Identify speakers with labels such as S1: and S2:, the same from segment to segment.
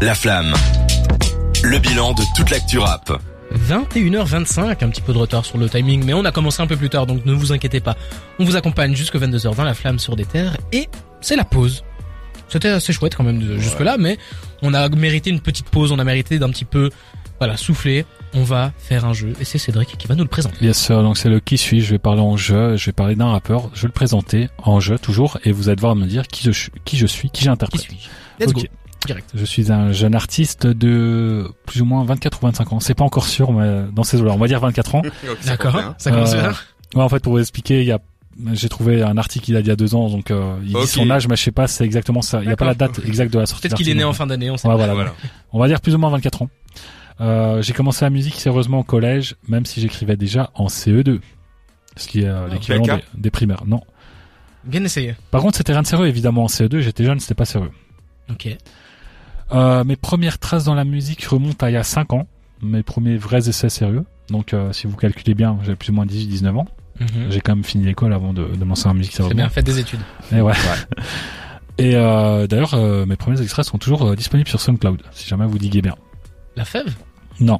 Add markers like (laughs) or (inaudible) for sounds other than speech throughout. S1: La flamme. Le bilan de toute l'actu rap.
S2: 21h25, un petit peu de retard sur le timing, mais on a commencé un peu plus tard, donc ne vous inquiétez pas. On vous accompagne jusqu'à 22h dans la flamme sur des terres, et c'est la pause. C'était assez chouette quand même de- jusque-là, mais on a mérité une petite pause, on a mérité d'un petit peu, voilà, souffler. On va faire un jeu, et c'est Cédric qui va nous le présenter.
S3: Bien sûr, donc c'est le qui suis, je vais parler en jeu, je vais parler d'un rappeur, je vais le présenter en jeu toujours, et vous allez devoir me dire qui je, suis- qui je suis, qui
S2: Qui
S3: j'interprète.
S2: suis-je Let's
S3: Ok.
S2: go, direct.
S3: Je suis un jeune artiste de plus ou moins 24 ou 25 ans, c'est pas encore sûr, mais dans ces eaux-là, on va dire
S2: (laughs)
S3: 24 ans.
S2: D'accord,
S4: hein.
S2: ça commence
S3: Euh,
S2: bien.
S3: Ouais, en fait, pour vous expliquer, il y a j'ai trouvé un article qu'il a d'il y a deux ans, donc euh, il
S1: Ok.
S3: dit son âge, mais je sais pas, c'est exactement ça. Il n'y a pas la date exacte de la sortie.
S2: Peut-être qu'il est né en fin d'année, on sait
S3: Ouais,
S2: pas.
S3: voilà, On va dire plus ou moins 24 ans. Euh, j'ai commencé la musique sérieusement au collège, même si j'écrivais déjà en CE2. Ce qui est euh,
S2: Ah.
S3: l'équivalent
S1: Belka
S3: des, des primaires, non.
S2: Bien essayé.
S3: Par contre, c'était rien de sérieux, évidemment, en CE2, j'étais jeune, c'était pas sérieux.
S2: Ok.
S3: Euh, mes premières traces dans la musique remontent à il y a 5 ans, mes premiers vrais essais sérieux. Donc, euh, si vous calculez bien, j'avais plus ou moins 18-19 ans.
S2: Mhm.
S3: J'ai quand même fini l'école avant de, de me lancer en musique
S2: C'est
S3: sérieusement.
S2: bien, faites des études.
S3: Et ouais. Et euh, d'ailleurs, euh, mes premiers extraits sont toujours euh, disponibles sur SoundCloud, si jamais vous diguez bien.
S2: La fève
S3: Non.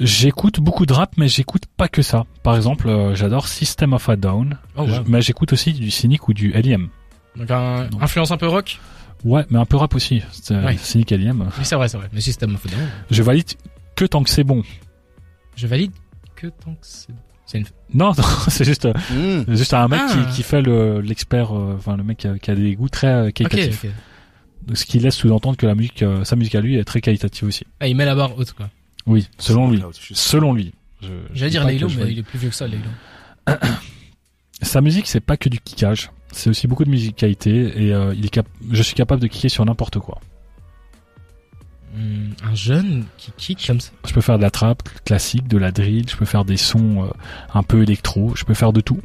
S3: J'écoute beaucoup de rap, mais j'écoute pas que ça. Par exemple, euh, j'adore System of a Down,
S2: Oh, wow.
S3: Je- mais j'écoute aussi du Cynic ou du LM.
S2: Donc un-
S3: Non.
S2: influence un peu rock
S3: Ouais, mais un peu rap aussi. C'est- euh,
S2: Ouais.
S3: Cynic, LM.
S2: Oui, c'est vrai, c'est vrai. Mais système of a Down.
S3: Je valide que tant que c'est bon. (laughs)
S2: Je valide que tant que c'est. C'est une.
S3: Non, non, c'est juste, euh,
S4: Hmm.
S3: c'est juste un mec
S2: Ah.
S3: qui, qui fait le- l'expert, euh, enfin le mec qui a, qui a des goûts très euh,
S2: Ok,
S3: qualitatifs.
S2: ok.
S3: Donc, Ce qui laisse sous-entendre que la musique, euh, sa musique à lui est très qualitative aussi.
S2: Ah, il met la barre haute, quoi.
S3: Oui, selon lui. Selon lui. Je- je
S2: J'allais
S3: dis
S2: dire
S3: pas
S2: Laylo,
S3: que je
S2: mais
S3: valide.
S2: il est plus vieux que ça, Laylo.
S3: Sa musique, c'est pas que du kickage. C'est aussi beaucoup de musicalité et euh, il est cap- je suis capable de kicker sur n'importe quoi.
S2: Hum, un jeune qui kick comme ça.
S3: Je peux faire de la trappe classique, de la drill, je peux faire des sons euh, un peu électro, je peux faire de tout.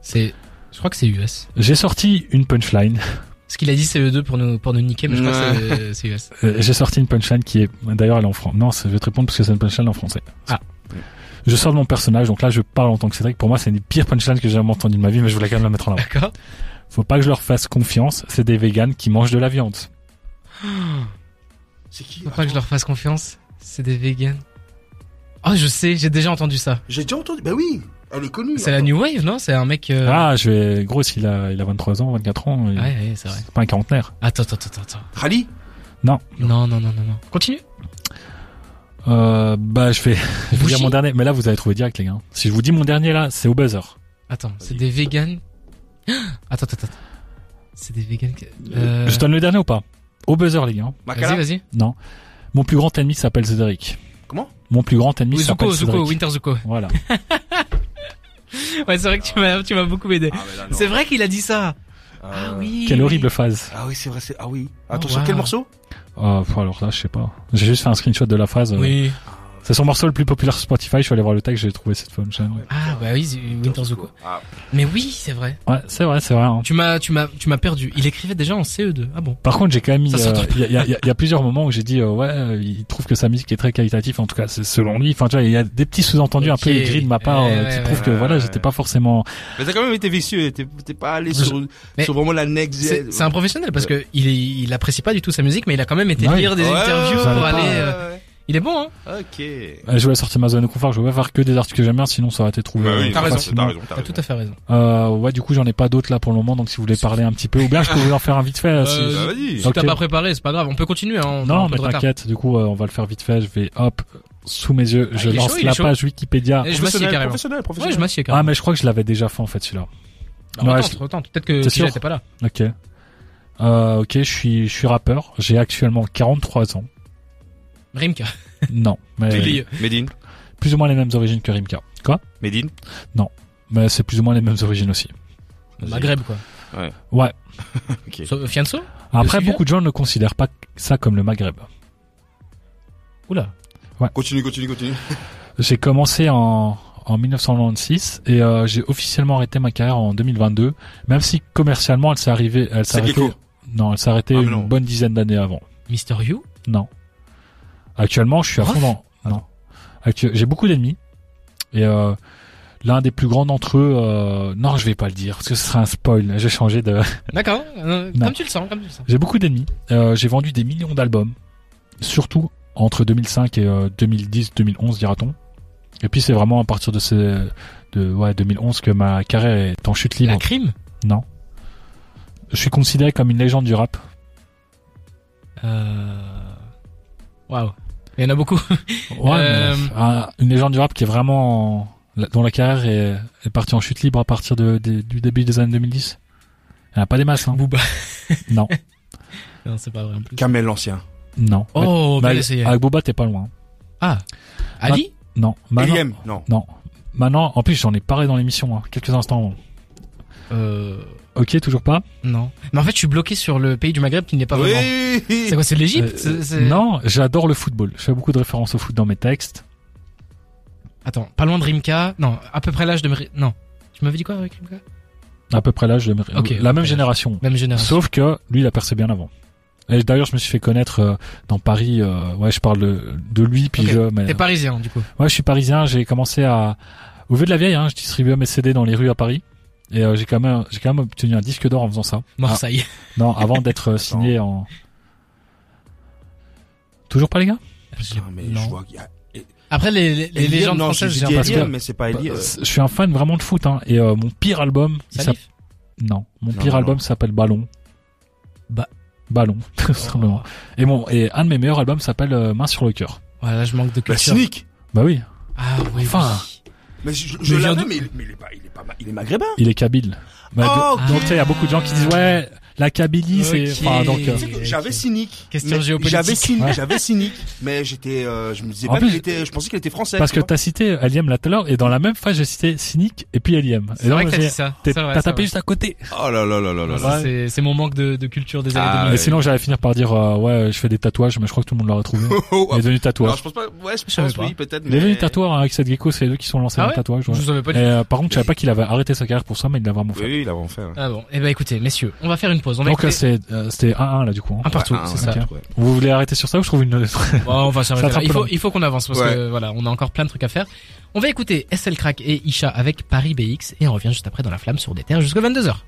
S2: C'est. Je crois que c'est US.
S3: J'ai sorti une punchline.
S2: Ce qu'il a dit, c'est E2 pour nous, pour nous niquer, mais je crois
S1: Ouais.
S2: que c'est- c'est US.
S3: Euh, J'ai sorti une punchline qui est d'ailleurs elle est en français. Non, c'est- je vais te répondre parce que c'est une punchline en français.
S2: Ah.
S3: Je sors de mon personnage, donc là je parle en tant que Cédric. Pour moi, c'est une des pires punchlines que j'ai jamais entendues de ma vie, mais je voulais quand même la
S2: (laughs)
S3: mettre en avant.
S2: (laughs) D'accord.
S3: Faut pas que je leur fasse confiance. C'est des véganes qui mangent de la viande.
S4: C'est qui
S2: Faut pas que je leur fasse confiance. C'est des vegans. Oh, je sais, j'ai déjà entendu ça.
S4: J'ai déjà entendu. Bah oui, elle est connue.
S2: C'est la New Wave, non C'est un mec. euh,
S3: Ah, je vais. Gros, il a, il a 23 ans, 24 ans. il-
S2: Ouais, ouais, c'est vrai.
S3: C'est pas un quarantenaire.
S2: Attends, attends, attends, attends.
S4: Rally
S2: Non, non, non, non, non. Continue.
S3: Euh, bah, je vais, (laughs) je vais
S2: Bougie.
S3: dire mon dernier. Mais là, vous avez trouvé direct, les gars. Si je vous dis mon dernier, là, c'est au buzzer.
S2: Attends, c'est des vegans. (gasps) Attends, attends, attends. C'est des vegans. que- Euh...
S3: Je donne le dernier ou pas Au buzzer, les gars.
S2: Vas-y, vas-y.
S3: Non. Mon plus grand ennemi s'appelle Cédric.
S4: Comment
S3: Mon plus grand ennemi
S2: Oui, Zuko,
S3: s'appelle
S2: Zuko,
S3: Cédric.
S2: Winter Zuko. (laughs)
S3: Voilà.
S2: Ouais, c'est vrai que tu m'as, tu m'as beaucoup aidé.
S4: Ah, mais là, non.
S2: C'est vrai qu'il a dit ça.
S4: Ah,
S2: Ah oui.
S3: Quelle horrible phase.
S4: Ah oui, c'est vrai, c'est. Ah oui.
S2: Oh,
S4: Attention,
S2: wow.
S4: quel morceau
S3: Euh, pff, alors là, je sais pas. J'ai juste fait un screenshot de la phase. euh,
S2: Oui.
S3: C'est son morceau le plus populaire sur Spotify. Je suis allé voir le texte, j'ai trouvé cette fun. Ouais,
S2: Ah bah oui, Z- Winter Zuko.
S4: Ah.
S2: Mais oui, c'est vrai.
S3: c'est vrai, c'est vrai. hein.
S2: Tu m'as, tu m'as, tu m'as perdu. Il écrivait déjà en CE2. Ah bon.
S3: Par contre, j'ai quand même mis.
S2: Ça
S3: euh,
S2: s'entend
S3: Il y, a- il y a- il y a plusieurs moments où j'ai dit euh, ouais, euh, il trouve que sa musique est très qualitative. En tout cas, c'est selon lui. Enfin, tu vois, il y a des petits sous-entendus un peu
S2: Ok. Eh,
S3: aigris de ma part
S2: Ouais,
S3: euh,
S2: ouais,
S3: qui
S2: ouais,
S3: prouvent
S4: ouais,
S3: que voilà,
S4: ouais.
S3: j'étais pas forcément.
S4: Mais t'as quand même été vicieux. T'es t'es pas allé sur,
S2: Mais-
S4: sur vraiment la next.
S2: C'est, c'est un professionnel parce que il, est- il apprécie pas du tout sa musique, mais il a quand même été
S3: Ouais.
S2: lire des
S4: Ouais,
S2: interviews
S4: ouais,
S2: pour
S3: ouais,
S2: aller.
S4: ouais,
S2: euh, Il est bon, hein.
S4: ouais.
S3: Euh, Je voulais sortir ma zone de confort. Je voulais pas faire que des articles que j'aime bien, sinon ça aurait été trouvé.
S4: Ok.
S3: euh,
S2: Bah oui, t'as raison,
S3: facilement.
S4: t'as
S2: T'as tout à fait raison.
S3: Euh, ouais, du coup, j'en ai pas d'autres là pour le moment. Donc, si vous voulez parler un petit peu, ou bien je peux vous en faire un vite fait.
S2: (laughs)
S3: euh, si-
S2: Euh,
S4: Bah, vas-y.
S2: Si t'as
S3: Ok.
S2: pas préparé, c'est pas grave. On peut continuer. Hein. On a un
S3: Non,
S2: peu
S3: mais
S2: de retard.
S3: t'inquiète. Du coup, euh, on va le faire vite fait. Je vais hop sous mes yeux.
S2: Ah,
S3: je
S2: il est
S3: lance
S2: chaud, il est
S3: la
S2: chaud.
S3: page Wikipédia.
S2: Et je m'assieds carrément.
S4: Professionnel,
S2: Ouais, je
S4: professionnel.
S2: m'assieds
S3: Ah,
S2: carrément.
S3: mais je crois que je l'avais déjà fait en fait celui-là.
S2: Alors,
S3: ouais,
S2: retente, retente. Peut-être que
S3: T'es
S2: si
S3: sûr
S2: j'étais pas là.
S3: Ok. Euh, ok, je suis, je suis rappeur. J'ai actuellement 43 ans.
S2: Rimka. (laughs)
S3: Non, mais
S2: Publié.
S4: Medine.
S3: plus ou moins les mêmes origines que Rimka. Quoi
S4: Medine.
S3: Mais c'est plus ou moins les mêmes origines aussi.
S2: Maghreb, quoi.
S3: Ouais.
S2: So- Fianso
S3: Après,
S2: Le sujet
S3: beaucoup de gens ne considèrent pas ça comme le Maghreb.
S2: Oula.
S4: Continue, continue, continue.
S3: J'ai commencé en, en 1996 et euh, j'ai officiellement arrêté ma carrière en 2022, même si commercialement elle s'est arrivée, elle s'est
S4: C'est
S3: arrêtée.
S4: Gecko.
S3: Non, elle s'est arrêtée
S4: Ah, mais
S3: une
S4: non.
S3: bonne dizaine d'années avant.
S2: Mister You
S3: Non.
S4: Ah
S3: Actuellement, je suis à fond dans. Non. Actu- J'ai beaucoup d'ennemis. Et euh, l'un des plus grands d'entre eux. euh, Non, je vais pas le dire parce que ce serait un spoil. J'ai changé de.
S2: D'accord. euh,
S3: Non.
S2: Comme tu le sens, comme tu le sens.
S3: J'ai beaucoup d'ennemis. Euh, j'ai vendu des millions d'albums, surtout entre 2005 et euh, 2010-2011, dira-t-on. Et puis c'est vraiment à partir de ces de ouais 2011 que ma carrière est en chute libre.
S2: La crime
S3: Non, je suis considéré comme une légende du rap.
S2: Euh... Waouh. Il y en a beaucoup. (laughs)
S3: Ouais,
S2: Euh,
S3: mais, euh, une légende du rap qui est vraiment la- dont la carrière est, est partie en chute libre à partir de, de- du début des années 2010. Il n'y en a pas des
S2: (laughs)
S3: masses, hein.
S2: Booba.
S3: Non.
S2: non, c'est pas vrai en plus.
S4: Kamel l'ancien.
S3: Non.
S2: Oh,
S3: Mais-
S2: bien
S3: mais
S2: essayé.
S3: avec Boba, t'es pas loin.
S2: Ah. Ali
S3: Non. Maintenant,
S4: Eliem, non.
S3: non. Maintenant, en plus, j'en ai parlé dans l'émission, hein, quelques instants. avant.
S4: ah.
S2: Euh...
S3: Ok, toujours pas.
S2: Non. Mais en fait, je suis bloqué sur le pays du Maghreb qui n'est pas vraiment.
S4: oui.
S2: C'est quoi, c'est de l'Égypte
S3: Euh,
S2: C'est- c'est-
S3: Non, j'adore le football. Je fais beaucoup de références au foot dans mes textes.
S2: Attends, pas loin de Rimka. Non, à peu près l'âge de... Mri- Non. Tu m'avais dit quoi avec Rimka
S3: À peu près là, je
S2: Ok,
S3: la
S2: ok.
S3: même génération.
S2: Même génération.
S3: Sauf que lui, il a percé bien avant. Et d'ailleurs, je me suis fait connaître euh, dans Paris. euh, ouais, je parle de, de lui, puis
S2: Ok.
S3: je. mais-
S2: T'es parisien, du
S4: Ah.
S2: coup.
S3: Ouais, je suis parisien. J'ai commencé à au vieux de la vieille. Hein, je distribuais mes CD dans les rues à Paris. Et euh, j'ai quand même j'ai quand même obtenu un disque d'or en faisant ça.
S2: Marseille.
S3: Non, avant d'être euh, signé en. Toujours pas les gars
S4: Putain, Ah,
S2: (laughs)
S4: mais
S2: Non.
S4: je vois qu'il y a.
S2: Après, les, les, les
S4: Eliem,
S2: légendes
S4: non,
S2: françaises,
S4: j'ai
S2: j'ai
S4: dit
S3: parce
S2: l'impression...
S4: Eliem,
S3: que-
S4: mais c'est pas Eliem.
S3: Bah, Je suis un fan vraiment de foot. Hein, et euh, mon pire album, il s'appelle
S2: Salif
S3: non, mon
S4: Non,
S3: pire
S4: non,
S3: album
S4: non.
S3: s'appelle Ballon.
S2: Ba-
S3: Ballon, (laughs) tout simplement.
S2: Ah.
S3: Et mon et un de mes meilleurs albums s'appelle euh, Main sur le cœur.
S2: Voilà, je manque de
S4: Bah,
S2: culture.
S4: Sneak.
S3: Bah oui,
S2: ah oui,
S3: Enfin.
S2: oui.
S4: Mais je,
S2: Mais
S4: je
S2: il vient
S4: l'avais,
S2: d'où
S4: mais, il- mais il est pas, il est pas, ma- il est maghrébin.
S3: il est kabyle. Bah,
S4: Ah,
S3: de-
S4: ok.
S3: Donc tu sais, il y a beaucoup de gens qui disent ouais, la Kabylie c'est
S2: Oh. Ok.
S3: enfin donc euh,
S4: Tu sais que
S2: Ok.
S4: J'avais cynique.
S2: Question
S4: mais-
S2: géopolitique.
S4: J'avais cynique,
S3: Ouais.
S4: j'avais cynique, mais j'étais, euh, je me disais
S3: En
S4: pas
S3: plus,
S4: qu'il était, je pensais qu'il était français.
S3: parce
S4: tu
S3: que
S4: vois.
S3: t'as cité Aliem là tout à l'heure et dans la même phrase j'ai cité Cynic et puis Aliem. Et
S2: C'est vrai
S3: donc,
S2: que t'as
S3: j'ai-
S2: dit ça.
S3: t'es-
S2: C'est vrai,
S3: T'as
S2: c'est
S3: tapé
S2: vrai.
S3: juste à côté.
S4: Oh là là là là là là.
S3: Ouais.
S2: Ça, C'est c'est mon manque de, de culture des années
S4: Ah,
S2: 2000.
S3: Et
S4: ouais.
S3: sinon j'allais finir par dire euh, ouais, je fais des tatouages, mais je crois que tout le monde
S2: (laughs)
S3: l'aurait trouvé.
S4: Oh, ah,
S3: Il est devenu
S4: Alors,
S3: tatoueur.
S4: je pense pas, ouais, je
S2: Je savais
S4: pense,
S2: pas.
S4: oui, peut-être,
S3: Il est
S4: mais.
S3: devenu tatoueur hein, avec cette gecko, c'est eux qui sont lancés
S2: Ah
S3: dans
S2: ouais
S3: le tatouage. ouais.
S2: Je vous avais pas
S3: Et
S2: dit.
S3: euh, par contre, je savais pas qu'il avait arrêté sa carrière pour ça, mais il l'a vraiment fait.
S4: Oui, oui, il avant fait. ouais.
S2: Ah bon. Eh ben, écoutez, messieurs, on va faire une pause. On va
S3: Donc
S2: écouter
S3: euh, c'est euh, c'était 1-1 là du coup. hein.
S2: un partout,
S4: Ouais,
S2: c'est
S4: Ah, ouais,
S2: ça.
S3: ok.
S4: ouais.
S3: Vous voulez arrêter sur ça ou je trouve une autre
S2: Bon, on va s'arrêter
S3: Ça
S2: là.
S3: fera
S2: Il
S3: peu
S2: faut,
S3: long.
S2: il faut qu'on avance parce
S4: Ouais.
S2: que voilà, on a encore plein de trucs à faire. On va écouter SL Crack et Isha avec Paris BX et on revient juste après dans la flamme sur des terres jusqu'à 22h.